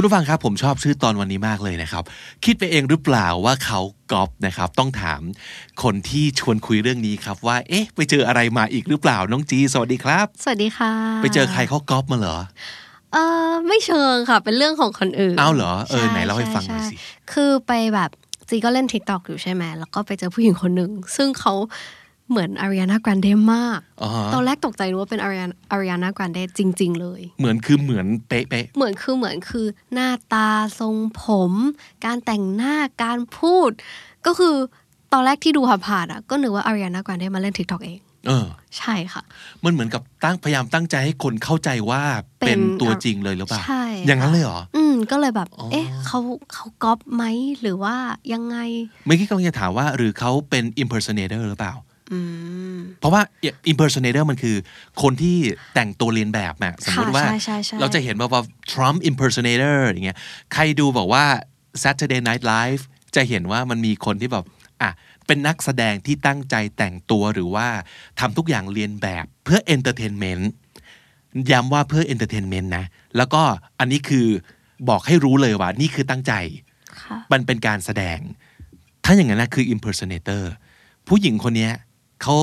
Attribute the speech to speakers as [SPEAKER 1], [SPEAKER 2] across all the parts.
[SPEAKER 1] คุณผู้ฟังครับผมชอบชื่อตอนวันนี้มากเลยนะครับ คิดไปเองหรือเปล่าว่าเขาก๊อปนะครับ ต้องถามคนที่ชวนคุยเรื่องนี้ครับว่า เอ๊ะ ไปเจออะไรมาอีกหรือเปล่าน้องจี สวัสดีครับ
[SPEAKER 2] สวัสดีค่ะ
[SPEAKER 1] ไปเจอใครเขาก๊อปมาเหรอ
[SPEAKER 2] เออไม่เชิงค่ะ เป็นเรื่องของคนอื่น
[SPEAKER 1] อ้าวเหรอเออ
[SPEAKER 2] ใช่
[SPEAKER 1] ไหนเล่าให้ฟังหน่อย
[SPEAKER 2] ช่
[SPEAKER 1] สิ
[SPEAKER 2] ใช่คือไปแบบจีก็เล่น TikTok อยู่ใช่ไหมแล้วก็ไปเจอผู้หญิงคนหนึ่ง ซึ่งเขาเหมือนอาริ a n น g ากร d นเดมาก
[SPEAKER 1] อ๋อฮะ
[SPEAKER 2] ตอนแรกตกใจนึกว่าเป็นอาริ a n น a าร a n น g r a n นเดจริง ๆ เลย
[SPEAKER 1] เหมือนคือเหมือนเป๊ะ
[SPEAKER 2] เหมือนคือเหมือนคือหน้าตาทรงผม การแต่งหน้าการพูด ก็คือตอนแรกที่ดูผ่านๆอ่ะก็นึกว่าอาริ a n น a ากร d นเดมาเล่น TikTok เอง
[SPEAKER 1] ๆ เออ
[SPEAKER 2] ใช่ค่ะ
[SPEAKER 1] มันเหมือนกับตั้งพยายามตั้งใจให้คนเข้าใจว่า
[SPEAKER 2] เป็
[SPEAKER 1] เป็น
[SPEAKER 2] น
[SPEAKER 1] ตัวจริงเลยหรือเปล่า
[SPEAKER 2] ใช่
[SPEAKER 1] อย่างนั้นเลยเหรอ
[SPEAKER 2] อืมก็เลยแบบ
[SPEAKER 1] อ๋อ
[SPEAKER 2] เอ๊ะเขาเขาก๊อปไหมหรือว่ายังไง
[SPEAKER 1] เมื่อกี้กำลังจะถามว่าหรือเขาเป็น impersonator หรือเปล่า
[SPEAKER 2] อืม
[SPEAKER 1] เพราะว่า impersonator มันคือ คนที่แต่งตัวเลียนแบบน่ะสมมติว่า
[SPEAKER 2] ใช่ใช่ใช่
[SPEAKER 1] เราจะเห็นว่าว่า Trump impersonator อย่างเงี้ยใครดูบอกว่า Saturday Night Live จะเห็นว่ามันมีคนที่แบบอ่ะเป็นนักแสดงที่ตั้งใจแต่งตัวหรือว่าทำทุกอย่างเลียนแบบเพื่อ entertainment ย้ำว่าเพื่อ entertainment นะ แล้วก็อันนี้คือบอกให้รู้เลยว่า นี่คือตั้งใจ
[SPEAKER 2] ค่ะ
[SPEAKER 1] มันเป็นการแสดง ถ้าอย่างนั้นนะคือ impersonator ผู้หญิงคนเนี้ยเขา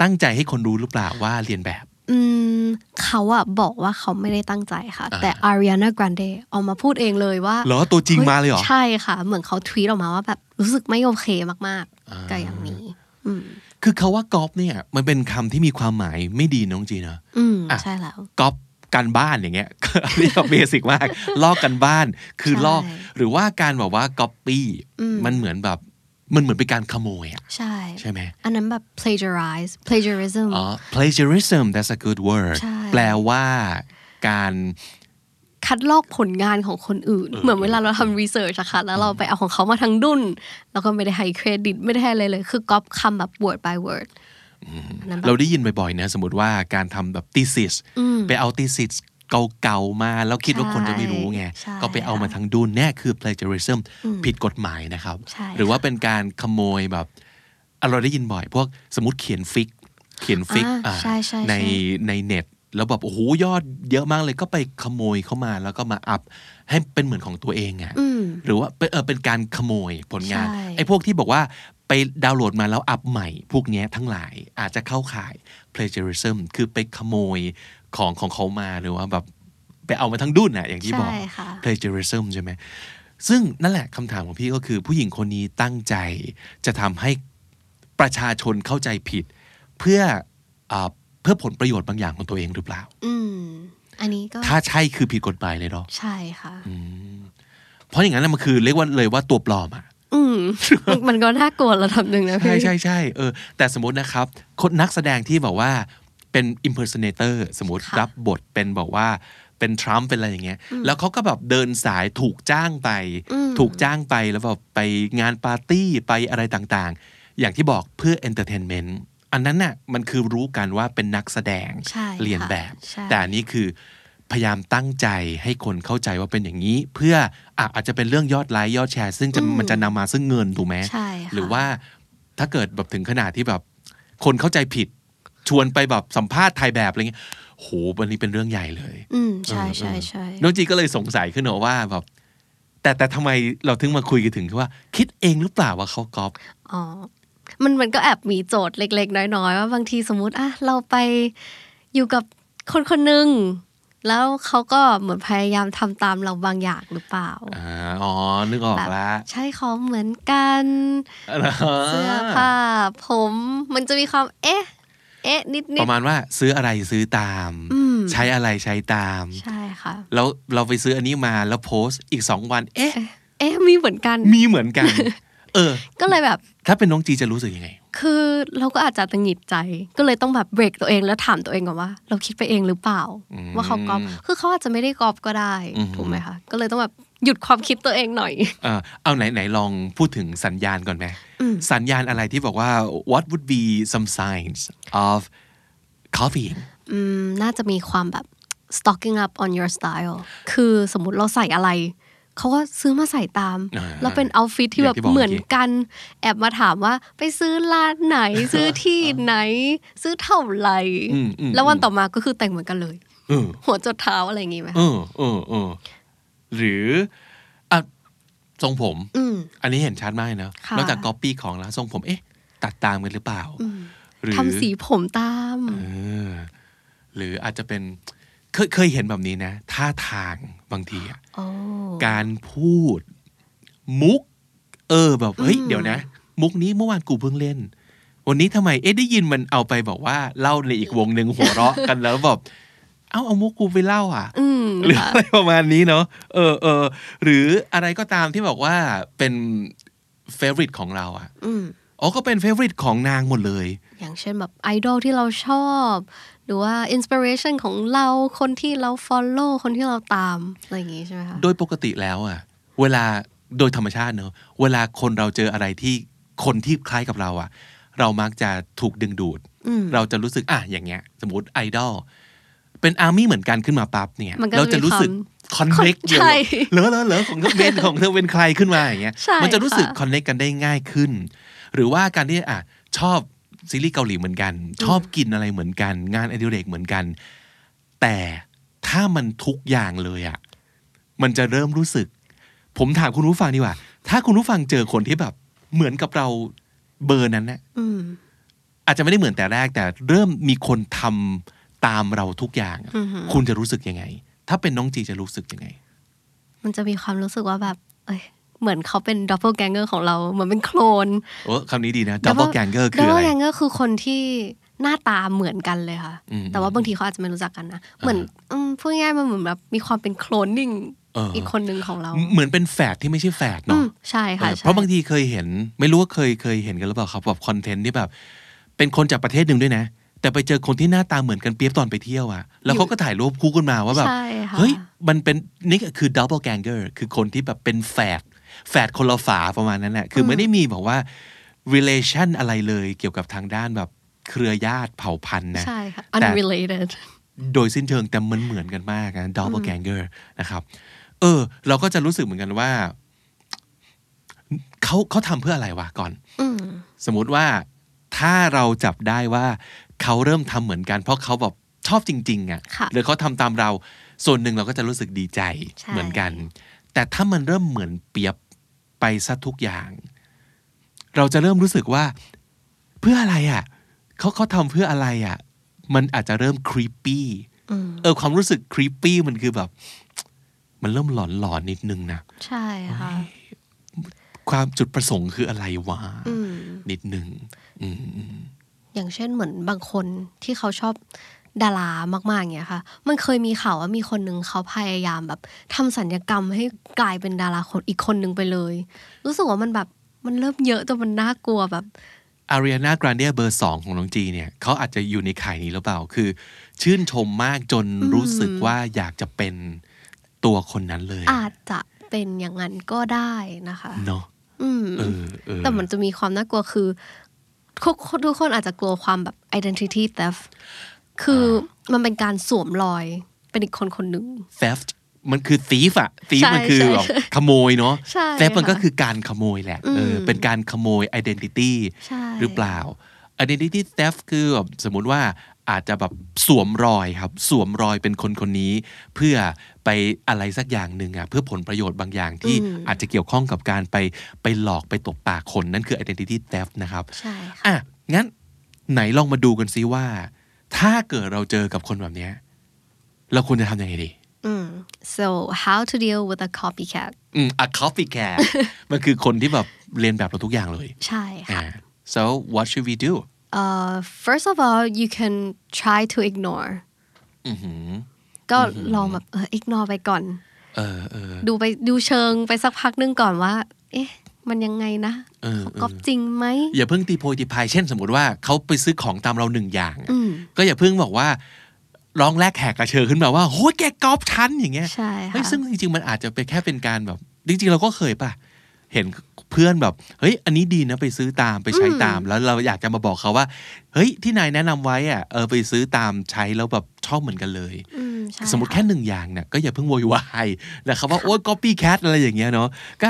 [SPEAKER 1] ตั้งใจให้คนรู้หรือเปล่าว่าเรียนแบบ
[SPEAKER 2] อืมเขาอะบอกว่าเขาไม่ได้ตั้งใจค่ะ แต่ Ariana Grande ออกมาพูดเองเลยว่า
[SPEAKER 1] เหรอตัวจริงมาเลยเหรอ
[SPEAKER 2] ใช่ค่ะ เหมือนเขาทวีตออกมาว่าแบบรู้สึกไม่โอเคมาก
[SPEAKER 1] อ่า
[SPEAKER 2] ๆกับอย่างนี้ อืม
[SPEAKER 1] คือเขาว่ากอปเนี่ย มันเป็นคำที่มีความหมายไม่ดีน้องจีเนาะ
[SPEAKER 2] อืม
[SPEAKER 1] อ่ะ
[SPEAKER 2] ใช่แล้ว
[SPEAKER 1] กอปการบ้านอย่างเงี้ย อันนี้ก็เบสิกมาก ลอกกันบ้าน คือ
[SPEAKER 2] ใช่
[SPEAKER 1] ลอกหรือว่าการแบบว่าก๊อปปี้
[SPEAKER 2] อืม
[SPEAKER 1] มันเหมือนแบบมันเหมือนเป็นการขโมยอะ
[SPEAKER 2] ใช่
[SPEAKER 1] ใช่ไหม
[SPEAKER 2] อันนั้นแบบ plagiarize plagiarism
[SPEAKER 1] อ๋อ plagiarism that's a good word
[SPEAKER 2] ใช่
[SPEAKER 1] แปลว่าการ
[SPEAKER 2] คัดลอกผลงานของคนอื่น เหมือนเวลาเราทำรีเสิร์ชอะค่ะ แล้วเราไปเอาของเขามาทั้งดุนแล้วก็ไม่ได้ให้เครดิตไม่ได้ให้อะไรเลย คือก๊อปคำแบบ word by word อันนั้นแบบ
[SPEAKER 1] เราได้ยินบ่อยๆนะสมมติว่าการทำแบบ thesis ไปเอา thesis เก่าๆมาแล้วคิดว่าคนจะไม่รู้ไง
[SPEAKER 2] ใช่
[SPEAKER 1] ก็ไปเอามาทั้งดุนเนี่ยคือ plagiarism ผิดกฎหมายนะครับ
[SPEAKER 2] ใช่
[SPEAKER 1] หรือว่าเป็นการขโมยแบบอ่ะเราได้ยินบ่อย พวกสมมติเขียนฟิก เขียนฟิก
[SPEAKER 2] อ่า
[SPEAKER 1] อ่า
[SPEAKER 2] ใช่ใช่ใช่
[SPEAKER 1] ในในเน็ต แล้วแบบโอ้โหยอดเยอะมากเลยก็ไปขโมยเข้ามาแล้วก็มาอัพให้เป็นเหมือนของตัวเองอะ
[SPEAKER 2] อืม
[SPEAKER 1] หรือว่าเป็นเออเป็นการขโมยผลงาน
[SPEAKER 2] ใช่
[SPEAKER 1] ไอ้พวกที่บอกว่าไปดาวน์โหลดมาแล้วอัพใหม่ พวกเนี้ยทั้งหลายอาจจะเข้าข่าย plagiarism คือไปขโมยของของเขามาหรือว่าแบบไปเอามาทั้งดุนน่ะอย่างที่บอ
[SPEAKER 2] ใช่
[SPEAKER 1] ก
[SPEAKER 2] ค่ะ
[SPEAKER 1] plagiarism ใช่ไหมซึ่งนั่นแหละคำถามของพี่ก็คือ ผู้หญิงคนนี้ตั้งใจจะทำให้ประชาชนเข้าใจผิด เพื่อเออเพื่อผลประโยชน์บางอย่างของตัวเองหรือเปล่า
[SPEAKER 2] อืม อันนี้ก็
[SPEAKER 1] ถ้าใช่คือผิดกฎหมายเลยเนาะ
[SPEAKER 2] ใช่ค่ะ
[SPEAKER 1] เพราะอย่างนั้นนะมันคือเรียกว่าเลยว่าตัวปลอมอะ
[SPEAKER 2] อืม มัน มันก็น่ากลัวระดับหนึ่งนะพี่
[SPEAKER 1] ใช่ใช่ใช่เออแต่สมมตินะครับ คนนักแสดงที่บอกว่าเป็น impersonator สมมติรับบทเป็นบอกว่าเป็นทรัมป์เป็นอะไรอย่างเงี้ยแล้วเขาก็แบบเดินสายถูกจ้างไป ถูกจ้างไปแล้วแบบไปงานปาร์ตี้ไปอะไรต่างๆ อย่างที่บอกเพื่อ entertainment อันนั้นน่ะมันคือรู้กันว่าเป็นนักแสดง
[SPEAKER 2] ใช่ค่ะ
[SPEAKER 1] เรียนแบบ
[SPEAKER 2] ใช่
[SPEAKER 1] แต่อันนี้คือพยายามตั้งใจให้คนเข้าใจว่าเป็นอย่างนี้ เพื่ออ่ะอาจจะเป็นเรื่องยอดไลค์ยอดแชร์ ซึ่งจะมันจะนำมาซึ่งเงินถูกไหม
[SPEAKER 2] ใช่ค่ะ
[SPEAKER 1] หรือว่าถ้าเกิดแบบถึงขนาดที่แบบ คนเข้าใจผิด ชวนไปแบบสัมภาษณ์ถ่ายแบบอะไรเงี้ยโหวันนี้เป็นเรื่องใหญ่เลย
[SPEAKER 2] อืม ใช่ใช่ใช่
[SPEAKER 1] น้องจีก็เลยสงสัยขึ้นมาว่าแบบ แต่แต่ทำไมเราถึงมาคุยกันถึงว่า คิดเองหรือเปล่าว่าเขาก๊อป
[SPEAKER 2] อ๋อ มันมันก็แอบมีโจทย์เล็ก ๆ น้อย ๆ ว่าบางทีสมมติอ่ะเราไปอยู่กับคนคนหนึ่งแล้วเขาก็เหมือนพยายามทำตามเราบางอย่างหรือเปล่า
[SPEAKER 1] อ่าอ๋อ นึกออก
[SPEAKER 2] แบบ
[SPEAKER 1] ละ
[SPEAKER 2] ใช่เขาเหมือนกันเสื้อผ้าผมมันจะมีความเอ๊ะ เอ๊ะ นิด
[SPEAKER 1] ป
[SPEAKER 2] นิด
[SPEAKER 1] ระมาณว่าซื้ออะไรซื้อตาม
[SPEAKER 2] อืม
[SPEAKER 1] ใช้อะไรใช้ตาม
[SPEAKER 2] ใช่ค่ะ
[SPEAKER 1] แล้วเราไปซื้ออันนี้มาแล้วโพสต์อีกสองวัน เอ๊ะ
[SPEAKER 2] เอ๊ะมีเหมือนกัน
[SPEAKER 1] มีเหมือนกัน เออ
[SPEAKER 2] ก็เลยแบบ
[SPEAKER 1] ถ้าเป็นน้องจีจะรู้สึกยังไง
[SPEAKER 2] คือเราก็อาจจะตังหงิดใจ ก็เลยต้องแบบเบรกตัวเองแล้วถามตัวเองก่อนว่า เราคิดไปเองหรือเปล่า
[SPEAKER 1] อืม
[SPEAKER 2] ว่าเขาก๊อปคือเขาอาจจะไม่ได้ก๊อปก็ได้
[SPEAKER 1] อืม
[SPEAKER 2] ถูกไหมคะ ก็เลยต้องแบบ หยุดความคิดตัวเองหน่อย
[SPEAKER 1] เอ่อเอาไหนไหนลองพูดถึงสัญญาณก่อนไหมสัญญาณอะไรที่บอกว่า what would be some signs of copying
[SPEAKER 2] อืมน่าจะมีความแบบ stocking up on your style คือสมมติเราใส่อะไร เขาก็ซื้อมาใส่ตาม
[SPEAKER 1] อ่า
[SPEAKER 2] แล้วเป็นเอาฟิตที่
[SPEAKER 1] อ
[SPEAKER 2] แบ
[SPEAKER 1] ย่าง
[SPEAKER 2] บ
[SPEAKER 1] ที่บอก
[SPEAKER 2] เห
[SPEAKER 1] เมื่
[SPEAKER 2] มื
[SPEAKER 1] อ
[SPEAKER 2] อน
[SPEAKER 1] กี้
[SPEAKER 2] กัน แอบมาถามว่าไปซื้อร้านไหน ซื้อที่ไหน ซื้อเท่าไหร่ แล้ววันต่อมาก็คือแต่งเหมือนกันเลย
[SPEAKER 1] เออ
[SPEAKER 2] หัวจดเท้าอะไรอย่างงี้ไหม
[SPEAKER 1] เออเออเออหรืออ่ะทรงผม
[SPEAKER 2] อืม
[SPEAKER 1] อันนี้เห็นชัดมากเลยเนอะ
[SPEAKER 2] ค่ะ
[SPEAKER 1] นอกจากก๊อปปี้ของแล้วทรงผม เอ๊ะ ตัดตามกันหรือเปล่า หรือ
[SPEAKER 2] ทำสีผมตาม
[SPEAKER 1] เออหรืออาจจะเป็นเคยเคยเห็นแบบนี้นะ ท่าทางบางทีอะ
[SPEAKER 2] โอ้
[SPEAKER 1] การพูดมุก เออแบบเฮ้ยเดี๋ยวนะ มุกนี้เมื่อวานกูเพิ่งเล่น วันนี้ทำไมเอ๊ะได้ยินมันเอาไปบอกว่าเล่าในอีกวงหนึ่งหัวเราะกันแล้วแบบ เอ้าเอามุกกูไปเล่าอ่ะ
[SPEAKER 2] อืม
[SPEAKER 1] หรือ
[SPEAKER 2] ค่ะ
[SPEAKER 1] อะไรประมาณนี้เนาะเออเออหรืออะไรก็ตามที่บอกว่าเป็นเฟ v ริ t ของเราอ่ะ
[SPEAKER 2] อืม
[SPEAKER 1] อ๋อก็เป็นเฟ v ริ t ของนางหมดเลย
[SPEAKER 2] อย่างเช่นแบบไอดอลที่เราชอบ หรือว่าอินสปิเรชันของเราคนที่เราฟอลโล่คนที่เราตาม อะไรอย่างงี้ใช่ไหมคะ
[SPEAKER 1] โดยปกติแล้วอ่ะ เวลาโดยธรรมชาติเนอะเวลาคนเราเจออะไรที่คนที่คล้ายกับเราอ่ะ เรามักจะถูกดึงดูด
[SPEAKER 2] อืม
[SPEAKER 1] เราจะรู้สึกอ่ะอย่างเงี้ย สมมติไอดอลเป็นอาร์มี่เหมือนกันขึ้นมาปั๊บเนี่ย
[SPEAKER 2] มันก็
[SPEAKER 1] เราจะรู้สึกคอนเน็ก
[SPEAKER 2] ความ
[SPEAKER 1] เยอะ
[SPEAKER 2] ใช่
[SPEAKER 1] เหลอเหลอเหลอของเธอเป็นของเธอเป็นใครขึ้นมาอย่างเงี้ย
[SPEAKER 2] ใช่
[SPEAKER 1] มัจะรู้สึก
[SPEAKER 2] ค่ะ
[SPEAKER 1] คอนเน็กกันได้ง่ายขึ้น หรือว่าการที่อ่ะชอบซีรีส์เกาหลีเหมือนกัน ชอบกินอะไรเหมือนกัน งานอดิเรกเหมือนกัน แต่ถ้ามันทุกอย่างเลยอะมันจะเริ่มรู้สึก ผมถามคุณผู้ฟังดีกว่า ถ้าคุณผู้ฟังเจอคนที่แบบ เหมือนกับเราเบอร์นั้นนะ
[SPEAKER 2] อืม
[SPEAKER 1] อาจจะไม่ได้เหมือนแต่แรก แต่เริ่มมีคนทำตามเราทุกอย่างอะ
[SPEAKER 2] อือหือ
[SPEAKER 1] คุณจะรู้สึกยังไง ถ้าเป็นน้องจีจะรู้สึกยังไง
[SPEAKER 2] มันจะมีความรู้สึกว่าแบบ เอ้ย เหมือนเขาเป็นดับเบิลแกงเกอร์ของเรา เหมือนเป็นโคลน
[SPEAKER 1] โอ้คำนี้ดีนะ double ganger คื
[SPEAKER 2] ดั
[SPEAKER 1] อบอะ
[SPEAKER 2] เบิ
[SPEAKER 1] ไร
[SPEAKER 2] ลแกงเกอร์คือคนที่หน้าตาเหมือนกันเลยค่ะ
[SPEAKER 1] อืม
[SPEAKER 2] แต่ว่าบางทีเขาอาจจะไม่รู้จักกันนะ เหมือนอืมพูดง่ายๆมันเหมือนแบบมีความเป็นโคลนนิ่ง
[SPEAKER 1] เอออี
[SPEAKER 2] อีกคนหนึ่งของเรา
[SPEAKER 1] เหมือนเป็นแฝดที่ไม่ใช่แฝด
[SPEAKER 2] อื
[SPEAKER 1] เนาะ
[SPEAKER 2] มใช่ค่ะ
[SPEAKER 1] เออ
[SPEAKER 2] ใช่
[SPEAKER 1] เพราะบางทีเคยเห็น ไม่รู้ว่าเคยเคยเห็นกันหรือเปล่าครับแบบคอนเทนต์ที่แบบ เป็นคนจากประเทศหนึ่งด้วยนะ แต่ไปเจอคนที่หน้าตาเหมือนกันเปียบตอนไปเที่ยวอะแล้วเขาก็ถ่ายรูปคู่กันมาว่าแบบ
[SPEAKER 2] ใช่ค่ะ
[SPEAKER 1] เฮ้ยมันเป็นนี่คือดับเบิลแกงเกอร์คือคนที่แบบเป็นแฝดแฝดคนละฝาประมาณนั้นแหละคือไม่ได้มีแบบว่า relation อะไรเลยเกี่ยวกับทางด้านแบบเครือญาติเผ่าพันธุ์นะ
[SPEAKER 2] ใช่ค่ะ
[SPEAKER 1] แต่
[SPEAKER 2] unrelated
[SPEAKER 1] โดยสิ้นเชิงแต่มันเหมือนกันมากนะดับเบิลแกงเกอร์นะครับ เออ เราก็จะรู้สึกเหมือนกันว่าเขาเขาทำเพื่ออะไรวะก่อน
[SPEAKER 2] อืม
[SPEAKER 1] สมมุติว่าถ้าเราจับได้ว่าเขาเริ่มทำเหมือนกัน เพราะเขาแบบชอบจริง ๆอะ
[SPEAKER 2] ค่ะ
[SPEAKER 1] หรือเขาทำตามเรา ส่วนหนึ่งเราก็จะรู้สึกดีใจ
[SPEAKER 2] ใช่
[SPEAKER 1] เหมือนกัน แต่ถ้ามันเริ่มเหมือนเปรียบไปซะทุกอย่าง เราจะเริ่มรู้สึกว่า เพื่ออะไรอะเขาเขาทำเพื่ออะไรอะมันอาจจะเริ่มครีปปี้
[SPEAKER 2] อืม
[SPEAKER 1] เออความรู้สึกครีปปี้มันคือแบบ มันเริ่มหลอนหลอนๆนิดนึงนะ
[SPEAKER 2] ใช่ค่ะ
[SPEAKER 1] ความจุดประสงค์คืออะไรวะ
[SPEAKER 2] อืม
[SPEAKER 1] นิดนึงอืม
[SPEAKER 2] อย่างเช่นเหมือนบางคนที่เขาชอบดารามากๆอย่างเงี้ยค่ะ มันเคยมีข่าวว่ามีคนหนึ่งเขาพยายามแบบทำสัญญกรรมให้กลายเป็นดาราคนอีกคนหนึ่งไปเลย รู้สึกว่ามันแบบมันเริ่มเยอะจนมันน่ากลัวแบบ
[SPEAKER 1] อารีนากรานเดียเบอร์สองของน้องจีเนี่ยเขาอาจจะอยู่ในข่ายนี้หรือเปล่า คือ ชื่นชมมากจนรู้สึกว่าอยากจะเป็นตัวคนนั้นเลย
[SPEAKER 2] อาจจะเป็นอย่างนั้นก็ได้นะคะ
[SPEAKER 1] เนาะ
[SPEAKER 2] อืม
[SPEAKER 1] เออเออ
[SPEAKER 2] แต่มันจะมีความน่ากลัวคือทุกคนทุกคนอาจจะกลัวความแบบ identity theft คือมันเป็นการสวมรอยเป็นอีกคนคนหนึ่ง
[SPEAKER 1] theft มันคือ thief อะ thief
[SPEAKER 2] ใช่
[SPEAKER 1] มันคือ
[SPEAKER 2] ใช่
[SPEAKER 1] แบบขโมยเนาะ
[SPEAKER 2] ใช่
[SPEAKER 1] theft มัน
[SPEAKER 2] ค่ะ
[SPEAKER 1] ก็คือการขโมยแหละเอออ
[SPEAKER 2] ม
[SPEAKER 1] เป็นการขโมย identity
[SPEAKER 2] ใช่
[SPEAKER 1] หรือเปล่า identity theft คือแบบสมมุติว่าอาจจะแบบสวมรอยครับสวมรอยเป็นคนคนนี้ เพื่อไปอะไรสักอย่างหนึ่งอ่ะเพื่อผลประโยชน์บางอย่างที่อาจจะเกี่ยวข้องกับการไปไปหลอกไปตบปากคนนั่นคือ identity theft นะครับ
[SPEAKER 2] ใช่ค่ะ
[SPEAKER 1] อ่ะงั้นไหนลองมาดูกันซิว่า ถ้าเกิดเราเจอกับคนแบบเนี้ยเราควรจะทำยังไงดี
[SPEAKER 2] Mm. So, how to deal with a copycat?
[SPEAKER 1] อืม a copycat มันคือคนที่แบบเรียนแบบเราทุกอย่างเลย
[SPEAKER 2] ใช่ค่ะ
[SPEAKER 1] อ่า so what should we do
[SPEAKER 2] Uh, first of all, you can try to ignore.
[SPEAKER 1] อือหือ
[SPEAKER 2] ก็ลองแบบเออ ignore ไปก่อน
[SPEAKER 1] เออเออ
[SPEAKER 2] ดูไปดูเชิงไปสักพักหนึงก่อนว่า เอ๊ะ มันยังไงนะ
[SPEAKER 1] เออ
[SPEAKER 2] เขาก๊อปจริงไหม
[SPEAKER 1] อย่าเพิ่งตีโพยตีพายเช่นสมมติว่าเขาไปซื้อของตามเราหนึ่งอย่างอะ
[SPEAKER 2] อืม
[SPEAKER 1] ก็อย่าเพิ่งบอกว่า ร้องแรกแหกกระเชอขึ้นมาว่าโหยแกกอล์ฟชั้นอย่างเงี้ย
[SPEAKER 2] ใช่
[SPEAKER 1] เฮ้ย
[SPEAKER 2] ค่ะ
[SPEAKER 1] ซึ่งจริงๆ มันอาจจะเป็นแค่เป็นการแบบ จริงๆ เราก็เคยป่ะ เห็นเพื่อนแบบ เฮ้ย อันนี้ดีนะไปซื้อตามไปใช้ตาม แล้วเราอยากจะมาบอกเขาว่า เฮ้ย ที่นายแนะนำไว้อ่ะ เออไปซื้อตามใช้แล้วแบบชอบเหมือนกันเลย
[SPEAKER 2] อืมใช่
[SPEAKER 1] สมมติ
[SPEAKER 2] ค่ะ
[SPEAKER 1] แค่หนึ่งอย่างเนี่ยก็อย่าเพิ่งโวยวายนะครับว่า โอ๊ย copy cat อะไรอย่างเงี้ยเนาะก็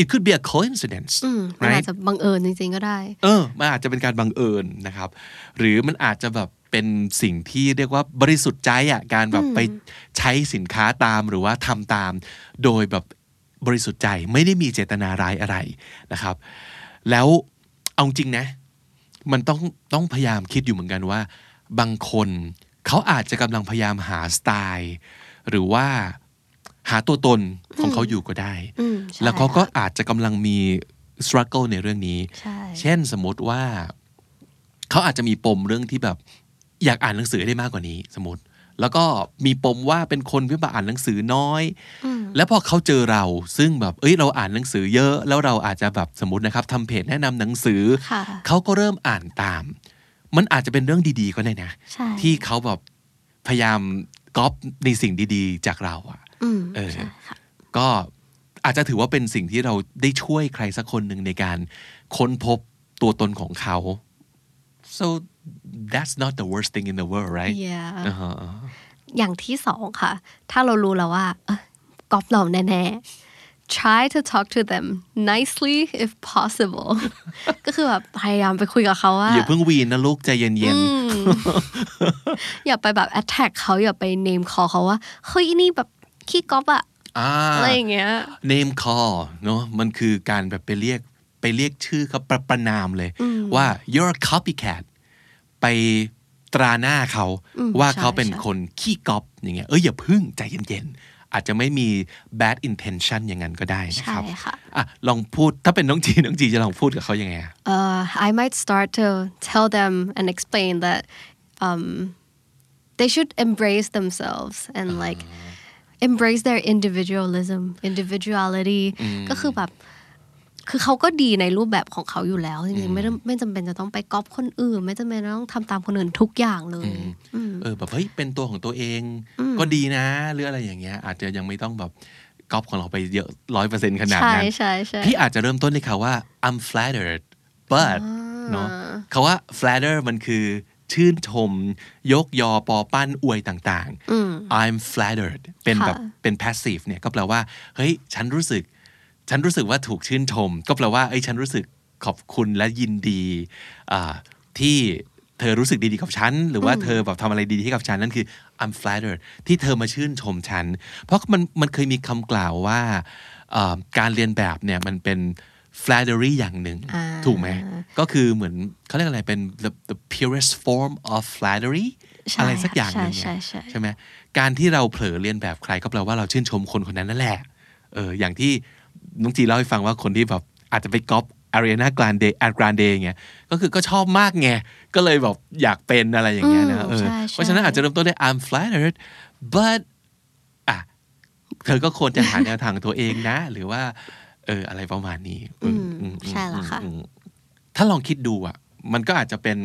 [SPEAKER 1] it could be a coincidence
[SPEAKER 2] อืมมัน
[SPEAKER 1] right
[SPEAKER 2] อาจจะบังเอิญจริงๆก็ได้
[SPEAKER 1] เออ มันอาจจะเป็นการบังเอิญนะครับ หรือมันอาจจะแบบเป็นสิ่งที่เรียกว่าบริสุทธิ์ใจอ่ะ การแบบไปใช้สินค้าตามหรือว่าทำตาม โดยแบบบริสุทธิ์ใจไม่ได้มีเจตนาร้ายอะไรนะครับ แล้วเอาจริงนะ มันต้องต้องพยายามคิดอยู่เหมือนกันว่า บางคนเขาอาจจะกำลังพยายามหาสไตล์ หรือว่าหาตัวตนของเขาอยู่ก็ได้
[SPEAKER 2] อืมใช่
[SPEAKER 1] แล้วเขาก็
[SPEAKER 2] ค่ะ
[SPEAKER 1] อาจจะกำลังมี struggle ในเรื่องนี้
[SPEAKER 2] ใช่
[SPEAKER 1] เช่นสมมติว่า เขาอาจจะมีปมเรื่องที่แบบ อยากอ่านหนังสือให้ได้มากกว่านี้ สมมติ แล้วก็มีปมว่าเป็นคนที่แบบอ่านหนังสือน้อย
[SPEAKER 2] อืม
[SPEAKER 1] แล้วพอเขาเจอเราซึ่งแบบ เอ้ยเราอ่านหนังสือเยอะ แล้วเราอาจจะแบบสมมตินะครับทำเพจแนะนำหนังสือ
[SPEAKER 2] ค่ะ
[SPEAKER 1] เขาก็เริ่มอ่านตาม มันอาจจะเป็นเรื่องดีๆก็ได้นะ
[SPEAKER 2] ใช่
[SPEAKER 1] ที่เขาแบบพยายามก๊อปในสิ่งดีๆ จากเราอะ
[SPEAKER 2] อืม
[SPEAKER 1] เออ
[SPEAKER 2] ใช่ค่ะ
[SPEAKER 1] ก็อาจจะถือว่าเป็นสิ่งที่เราได้ช่วยใครสักคนหนึ่งในการค้นพบตัวตนของเขา so that's not the worst thing in the world right
[SPEAKER 2] เย้
[SPEAKER 1] อ่าฮะอ่าฮะ
[SPEAKER 2] อย่างที่สองค่ะ ถ้าเรารู้แล้วว่าเอ้ยกอฟเราแน่ๆ try to talk to them nicely if possible ก็คือแบบพยายามไปคุยกับเขาว่า
[SPEAKER 1] อย่าเพิ่งวีนนะลูกใจเย็น
[SPEAKER 2] อย่าไปแบบ attack เขาอย่าไป name call เขาว่า เฮ้ยนี่แบบขี้ก๊อฟอะ
[SPEAKER 1] ๆอ่า
[SPEAKER 2] อะไรอย่างเงี้ย
[SPEAKER 1] name call เนอะมันคือการแบบไปเรียกไปเรียกชื่อเขาประประนามเลยว่า you're a copycat ไปตราหน้าเขา
[SPEAKER 2] อืม
[SPEAKER 1] ว่า
[SPEAKER 2] ใช่
[SPEAKER 1] เขาเป็น
[SPEAKER 2] ใช่
[SPEAKER 1] คนขี้ก๊อปอย่างเงี้ยเอ้ยอย่าเพึ่งใจเย็นๆ อาจจะไม่มี bad intention อย่างนั้นก็ได้นะค
[SPEAKER 2] ใช่
[SPEAKER 1] รับ
[SPEAKER 2] ค่ะ
[SPEAKER 1] อ่ะลองพูดถ้าเป็นน้องจี น้องจีจะลองพูดกับเขายังไงอะ
[SPEAKER 2] uh, I might start to tell them and explain that um, they should embrace themselves and like embrace their individualism individuality ก็คือแบบคือเขาก็ดีในรูปแบบของเขาอยู่แล้วจริงๆไม่ต้องไม่จำเป็นจะต้องไปก๊อปคนอื่น ไม่จำเป็นต้องทำตามคนอื่นทุกอย่างเลย
[SPEAKER 1] เออแบบเฮ้ยเป็นตัวของตัวเองก็ดีนะ หรืออะไรอย่างเงี้ย อาจจะยังไม่ต้องแบบก๊อปของเราไปเยอะร้อยเปอร์เซ็นต์ขนาด
[SPEAKER 2] ใช่
[SPEAKER 1] นั้น
[SPEAKER 2] ใช่ใช่
[SPEAKER 1] พี่อาจจะเริ่มต้นด้วยคำว่า I'm flattered but เนาะคำว่า flatter มันคือชื่นชม ยกยอปอปั้นอวยต่างๆ I'm flattered เป็นแบบเป็น passive เนี่ยก็แปลว่า เฮ้ย ฉันรู้สึก ฉันรู้สึกว่าถูกชื่นชม ก็แปลว่าเอ้ยฉันรู้สึกขอบคุณและยินดีอ่าที่เธอรู้สึกดีๆกับฉัน หรือว่าเธอแบบทำอะไรดีๆให้กับฉัน นั่นคือ I'm flattered ที่เธอมาชื่นชมฉัน เพราะมันมันเคยมีคำกล่าวว่าอ่าการเรียนแบบเนี่ยมันเป็น flattery อย่างหนึ่ง ถูกไหม ก็คือเหมือนเขาเรียกอะไรเป็น the, the purest form of flattery
[SPEAKER 2] ใช่
[SPEAKER 1] อะไรสักอย่างหนึ่ง
[SPEAKER 2] ใช่
[SPEAKER 1] เนี่ย
[SPEAKER 2] ใช่ใช่
[SPEAKER 1] ใช่ไหมการที่เราเผลอเรียนแบบใครก็แปลว่าเราชื่นชมคนคนนั้นนั่นแหละ เอออย่างที่น้องจีเล่าให้ฟังว่าคนที่แบบอาจจะไปก๊อปอารีนากรานเดแอดกรานเดเงี้ยก็คือก็ชอบมากไงก็เลยแบบอยากเป็นอะไรอย่างเงี้ยนะ
[SPEAKER 2] อืม
[SPEAKER 1] เออ
[SPEAKER 2] ใช่ใช่
[SPEAKER 1] เพราะฉะนั้นอาจจะเริ่มต้นด้วย I'm flattered but อ่ะเธอก็ควรจะหาแนวทางตัวเองนะ หรือว่า เอออะไรประมาณนี้อืมอืมอืม
[SPEAKER 2] ใช่ละค่ะ
[SPEAKER 1] ถ้าลองคิดดูอ่ะ มันก็อาจจะเป็น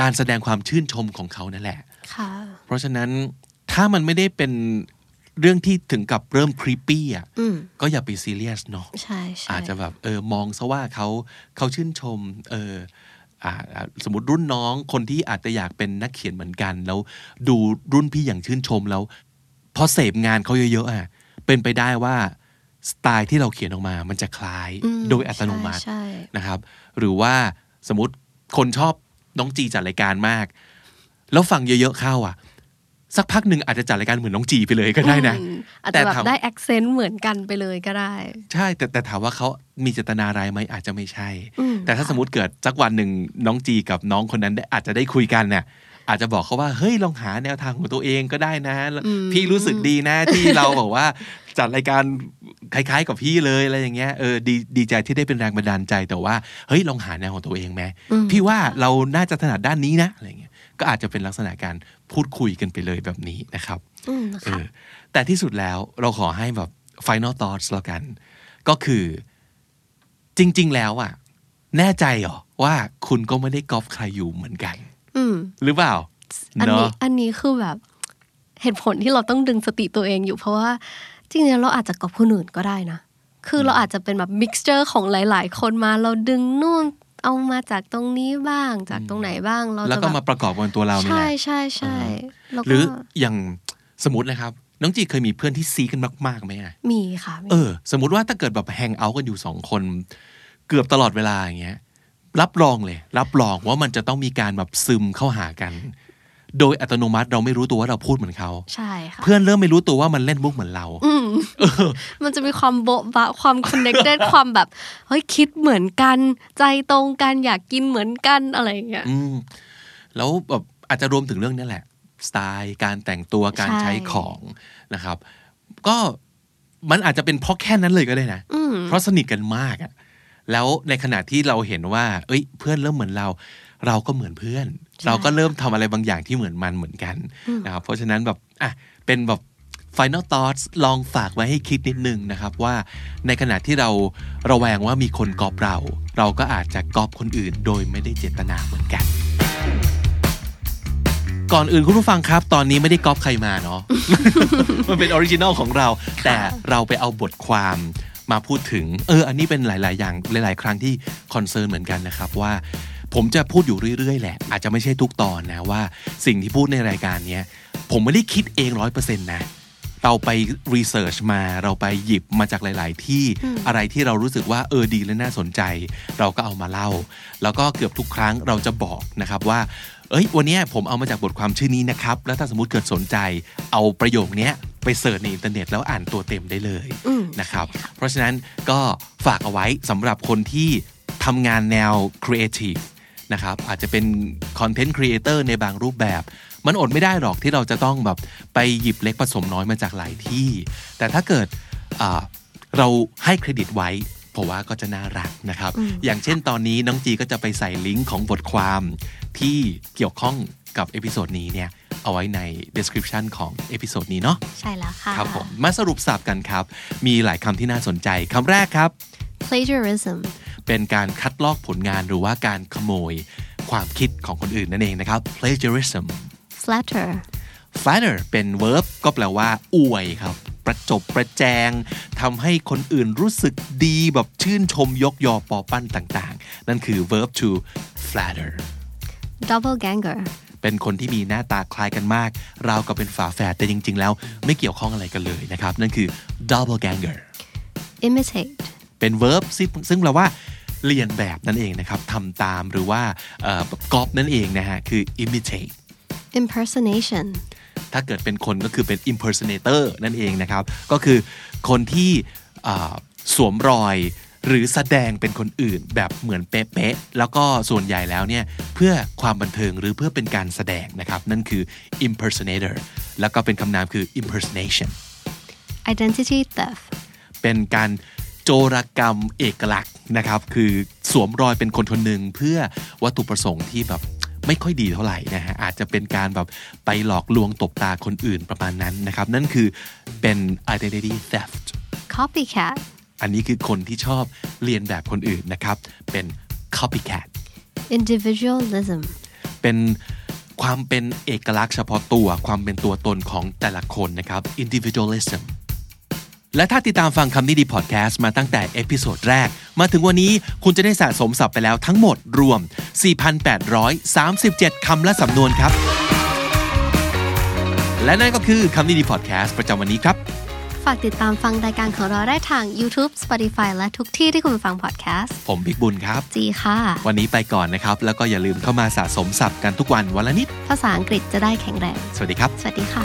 [SPEAKER 1] การแสดงความชื่นชมของเขานั่นแหละ
[SPEAKER 2] ค่ะ
[SPEAKER 1] เพราะฉะนั้นถ้ามันไม่ได้เป็นเรื่องที่ถึงกับเริ่มครีปปี้อ่ะ
[SPEAKER 2] อืม
[SPEAKER 1] ก็อย่าไปซีเรียสเนาะ
[SPEAKER 2] ใช่ใช่
[SPEAKER 1] อาจจะแบบเออมองซะว่าเขาเขาชื่นชมเอออ่าอ่าสมมติรุ่นน้องคนที่อาจจะอยากเป็นนักเขียนเหมือนกัน แล้วดูรุ่นพี่อย่างชื่นชมแล้ว พอเสพงานเขาเยอะๆอ่ะเป็นไปได้ว่าสไตล์ที่เราเขียนออกมา มันจะคล้าย
[SPEAKER 2] อืม
[SPEAKER 1] โดยอัตโนมัติ
[SPEAKER 2] ใช่ใช่
[SPEAKER 1] นะครับ หรือว่าสมมติคนชอบน้องจีจัดรายการมาก แล้วฟังเยอะๆเข้าอ่ะ สักพักหนึ่งอาจจะจัดรายการเหมือนน้องจีไปเลยก็ได้นะ
[SPEAKER 2] อืมอาจจะแบ
[SPEAKER 1] แต่
[SPEAKER 2] บ
[SPEAKER 1] ถาม
[SPEAKER 2] ได้ accent เหมือนกันไปเลยก็ได้
[SPEAKER 1] ใช่ แต่แต่ถามว่าเขามีเจตนาร้ายไหมอาจจะไม่ใช่
[SPEAKER 2] อืม
[SPEAKER 1] แต่ถ้าสมมติเกิดสักวันหนึ่งน้องจีกับน้องคนนั้นได้อาจจะได้คุยกันเนี่ยอาจจะบอกเขาว่าเฮ้ยลองหาแนวทางของตัวเองก็ได้นะ พี่รู้สึกดีนะ ที่เราบอกว่าจัดรายการคล้ายๆกับพี่เลยอะไรอย่างเงี้ยเออดีดีใจที่ได้เป็นแรงบันดาลใจแต่ว่าเฮ้ยลองหาแนวของตัวเองไหมพี่ว่าเราน่าจะถนัดด้านนี้นะอะไรเงี้ยก็อาจจะเป็นลักษณะการพูดคุยกันไปเลยแบบนี้นะครับ
[SPEAKER 2] อืมค่ะ
[SPEAKER 1] เออแต่ที่สุดแล้วเราขอให้แบบ final thoughts แล้วกัน ก็คือจริง ๆ แล้วอะแน่ใจเหรอว่าคุณก็ไม่ได้กอล์ฟใครอยู่เหมือนกัน
[SPEAKER 2] อืม
[SPEAKER 1] หรือเปล่า
[SPEAKER 2] อันนี้
[SPEAKER 1] เนอะ
[SPEAKER 2] อันนี้คือแบบเหตุผลที่เราต้องดึงสติตัวเองอยู่ เพราะว่าจริงๆเราอาจจะกอบคนอื่นก็ได้นะ คือเราอาจจะเป็นแบบมิกซ์เจอร์ของหลาย ๆ คนมาเราดึงนู่นเอามาจากตรงนี้บ้างจากตรงไหนบ้างเรา
[SPEAKER 1] แล้ว
[SPEAKER 2] จะ
[SPEAKER 1] ก็
[SPEAKER 2] แบ
[SPEAKER 1] มา
[SPEAKER 2] บ
[SPEAKER 1] ประกอบกันตัวเราเนี่ยแห
[SPEAKER 2] ใช่
[SPEAKER 1] ละ
[SPEAKER 2] ใช่ใช่แล้ว
[SPEAKER 1] หรื
[SPEAKER 2] ก็
[SPEAKER 1] ออย่างสมมตินะครับ น้องจีเคยมีเพื่อนที่ซีกันมากๆไหมอะ
[SPEAKER 2] มีค่ะมี
[SPEAKER 1] เออ สมมติว่าถ้าเกิดแบบแฮงเอาท์กันอยู่สองคน เกือบตลอดเวลาอย่างเงี้ย รับรองเลย รับรองว่ามันจะต้องมีการแบบซึมเข้าหากัน โดยอัตโนมัติเราไม่รู้ตัวว่าเราพูดเหมือนเขา
[SPEAKER 2] ใช่ค่ะ
[SPEAKER 1] เพื่อนเริ่มไม่รู้ตัวว่ามันเล่นมุกเหมือนเรา
[SPEAKER 2] มันจะมีความโบ๊ะบะความคอนเน c เ e d ความแบบเฮ้ยคิดเหมือนกัน ใจตรงกันอยากกินเหมือนกันอะไรอย่างเงี้ย
[SPEAKER 1] อืมแล้วแบบอาจจะรวมถึงเรื่องนี้แหละ สไตล์การแต่งตัวการใช้
[SPEAKER 2] ใช่
[SPEAKER 1] ของนะครับ ก็มันอาจจะเป็นเพราะแค่นั้นเลยก็ได้นะ
[SPEAKER 2] อืม
[SPEAKER 1] เพราะสนิทกันมากอะแล้วในขณะที่เราเห็นว่า เอ้ย เพื่อนเริ่มเหมือนเรา เราก็เหมือนเพื่อน เราก็เริ่มทำอะไรบางอย่างที่เหมือนมันเหมือนกันนะครับเพราะฉะนั้นแบบอ่ะเป็นแบบ final thoughts ลองฝากไว้ให้คิดนิดนึงนะครับว่าในขณะที่เราระแวงว่ามีคนกอบเรา เราก็อาจจะกอบคนอื่น โดยไม่ได้เจตนาเหมือนกัน ก่อนอื่นคุณผู้ฟังครับ ตอนนี้ไม่ได้ก๊อปใครมาเนาะ มันเป็นออริจินอลของเรา แต่เราไปเอาบทความมาพูดถึง เออ อันนี้เป็นหลาย ๆ อย่างหลาย ๆ ครั้งที่คอนเซิร์นเหมือนกันนะครับว่า ผมจะพูดอยู่เรื่อย ๆ แหละ อาจจะไม่ใช่ทุกตอนนะว่า สิ่งที่พูดในรายการเนี้ย ผมไม่ได้คิดเองร้อยเปอร์เซ็นต์นะ เราไปรีเสิร์ชมาเราไปหยิบมาจากหลาย ๆ ที่อะไรที่เรารู้สึกว่าเออดีและน่าสนใจ เราก็เอามาเล่า แล้วก็เกือบทุกครั้งเราจะบอกนะครับว่า เอ้ยวันเนี้ยผมเอามาจากบทความชื่อนี้นะครับ แล้วถ้าสมมติเกิดสนใจ เอาประโยคเนี้ยไปเสิร์ชในอินเทอร์เน็ตแล้วอ่านตัวเต็มได้เลย
[SPEAKER 2] อื
[SPEAKER 3] Mm,
[SPEAKER 2] ม
[SPEAKER 1] นะครับ เพราะฉะนั้นก็ฝากเอาไว้สำหรับคนที่ทำงานแนวครีเอทีฟนะครับอาจจะเป็นคอนเทนต์ครีเอเตอร์ในบางรูปแบบ มันอดไม่ได้หรอกที่เราจะต้องแบบไปหยิบเล็กผสมน้อยมาจากหลายที่ แต่ถ้าเกิดอ่าเราให้เครดิตไว้ผมว่าก็จะน่ารักนะครับ อย่างเช่นตอนนี้น้องจีก็จะไปใส่ลิงก์ของบทความที่เกี่ยวข้องกับเอพิโซดนี้เนี่ยเอาไว้ใน description ของเอพิโซดนี้เนาะ
[SPEAKER 2] ใช่แล้วค่ะ
[SPEAKER 1] ครับผมมาสรุปสับกันครับ มีหลายคำที่น่าสนใจคำแรกครับ
[SPEAKER 2] plagiarism
[SPEAKER 1] เป็นการคัดลอกผลงานหรือว่าการขโมยความคิดของคนอื่นนั่นเองนะครับ plagiarism
[SPEAKER 2] flatter
[SPEAKER 1] flatter เป็น verb ก็แปลว่า อวยครับ ประจบประแจงทำให้คนอื่นรู้สึกดีแบบชื่นชมยกยอปอปั้นต่างๆ นั่นคือ verb to flatter
[SPEAKER 2] double ganger
[SPEAKER 1] เป็นคนที่มีหน้าตาคล้ายกันมาก ราวกับเป็นฝาแฝดแต่จริง ๆ แล้วไม่เกี่ยวข้องอะไรกันเลยนะครับ นั่นคือ double ganger
[SPEAKER 2] imitate
[SPEAKER 1] เป็น verb ซึ่งซึ่งแปลว่าเลียนแบบนั่นเองนะครับทำตามหรือว่าเอ่อแบบก๊อปนั่นเองนะฮะ คือ imitate
[SPEAKER 2] impersonation
[SPEAKER 1] ถ้าเกิดเป็นคนก็คือเป็น impersonator นั่นเองนะครับ ก็คือคนที่เอ่อสวมรอย หรือแสดงเป็นคนอื่นแบบเหมือนเป๊ะๆแล้วก็ส่วนใหญ่แล้วเนี่ย เพื่อความบันเทิงหรือเพื่อเป็นการแสดงนะครับ นั่นคือ impersonator แล้วก็เป็นคำนามคือ impersonation
[SPEAKER 2] identity theft
[SPEAKER 1] เป็นการโจรกรรมเอกลักษณ์นะครับ คือสวมรอยเป็นคนคนหนึ่งเพื่อวัตถุประสงค์ที่แบบไม่ค่อยดีเท่าไหร่นะฮะอาจจะเป็นการแบบไปหลอกลวงตบตาคนอื่นประมาณนั้นนะครับ นั่นคือเป็น identity theft
[SPEAKER 2] copycat
[SPEAKER 1] อันนี้คือคนที่ชอบเรียนแบบคนอื่นนะครับ เป็น copycat
[SPEAKER 2] individualism
[SPEAKER 1] เป็นความเป็นเอกลักษณ์เฉพาะตัวความเป็นตัวตนของแต่ละคนนะครับ individualism และถ้าติดตามฟังคำนี้ดีพอดแคสต์มาตั้งแต่เอพิโซดแรก มาถึงวันนี้คุณจะได้สะสมศัพท์ไปแล้วทั้งหมดรวม 4,837 คำและสำนวนครับ และนั่นก็คือคำนี้ดีพอดแคสต์ประจำวันนี้ครับ
[SPEAKER 2] ฝากติดตามฟังรายการของเราได้ทาง YouTube Spotify และทุกที่ที่คุณฟัง podcast
[SPEAKER 1] ผมบิ๊กบุญครับ
[SPEAKER 2] จีค่ะ
[SPEAKER 1] วันนี้ไปก่อนนะครับ แล้วก็อย่าลืมเข้ามาสะสมศัพท์กันทุกวันวันละนิด
[SPEAKER 2] ภาษาอังกฤษจะได้แข็งแรง
[SPEAKER 1] สวัสดีครับ
[SPEAKER 2] สวัสดีค่ะ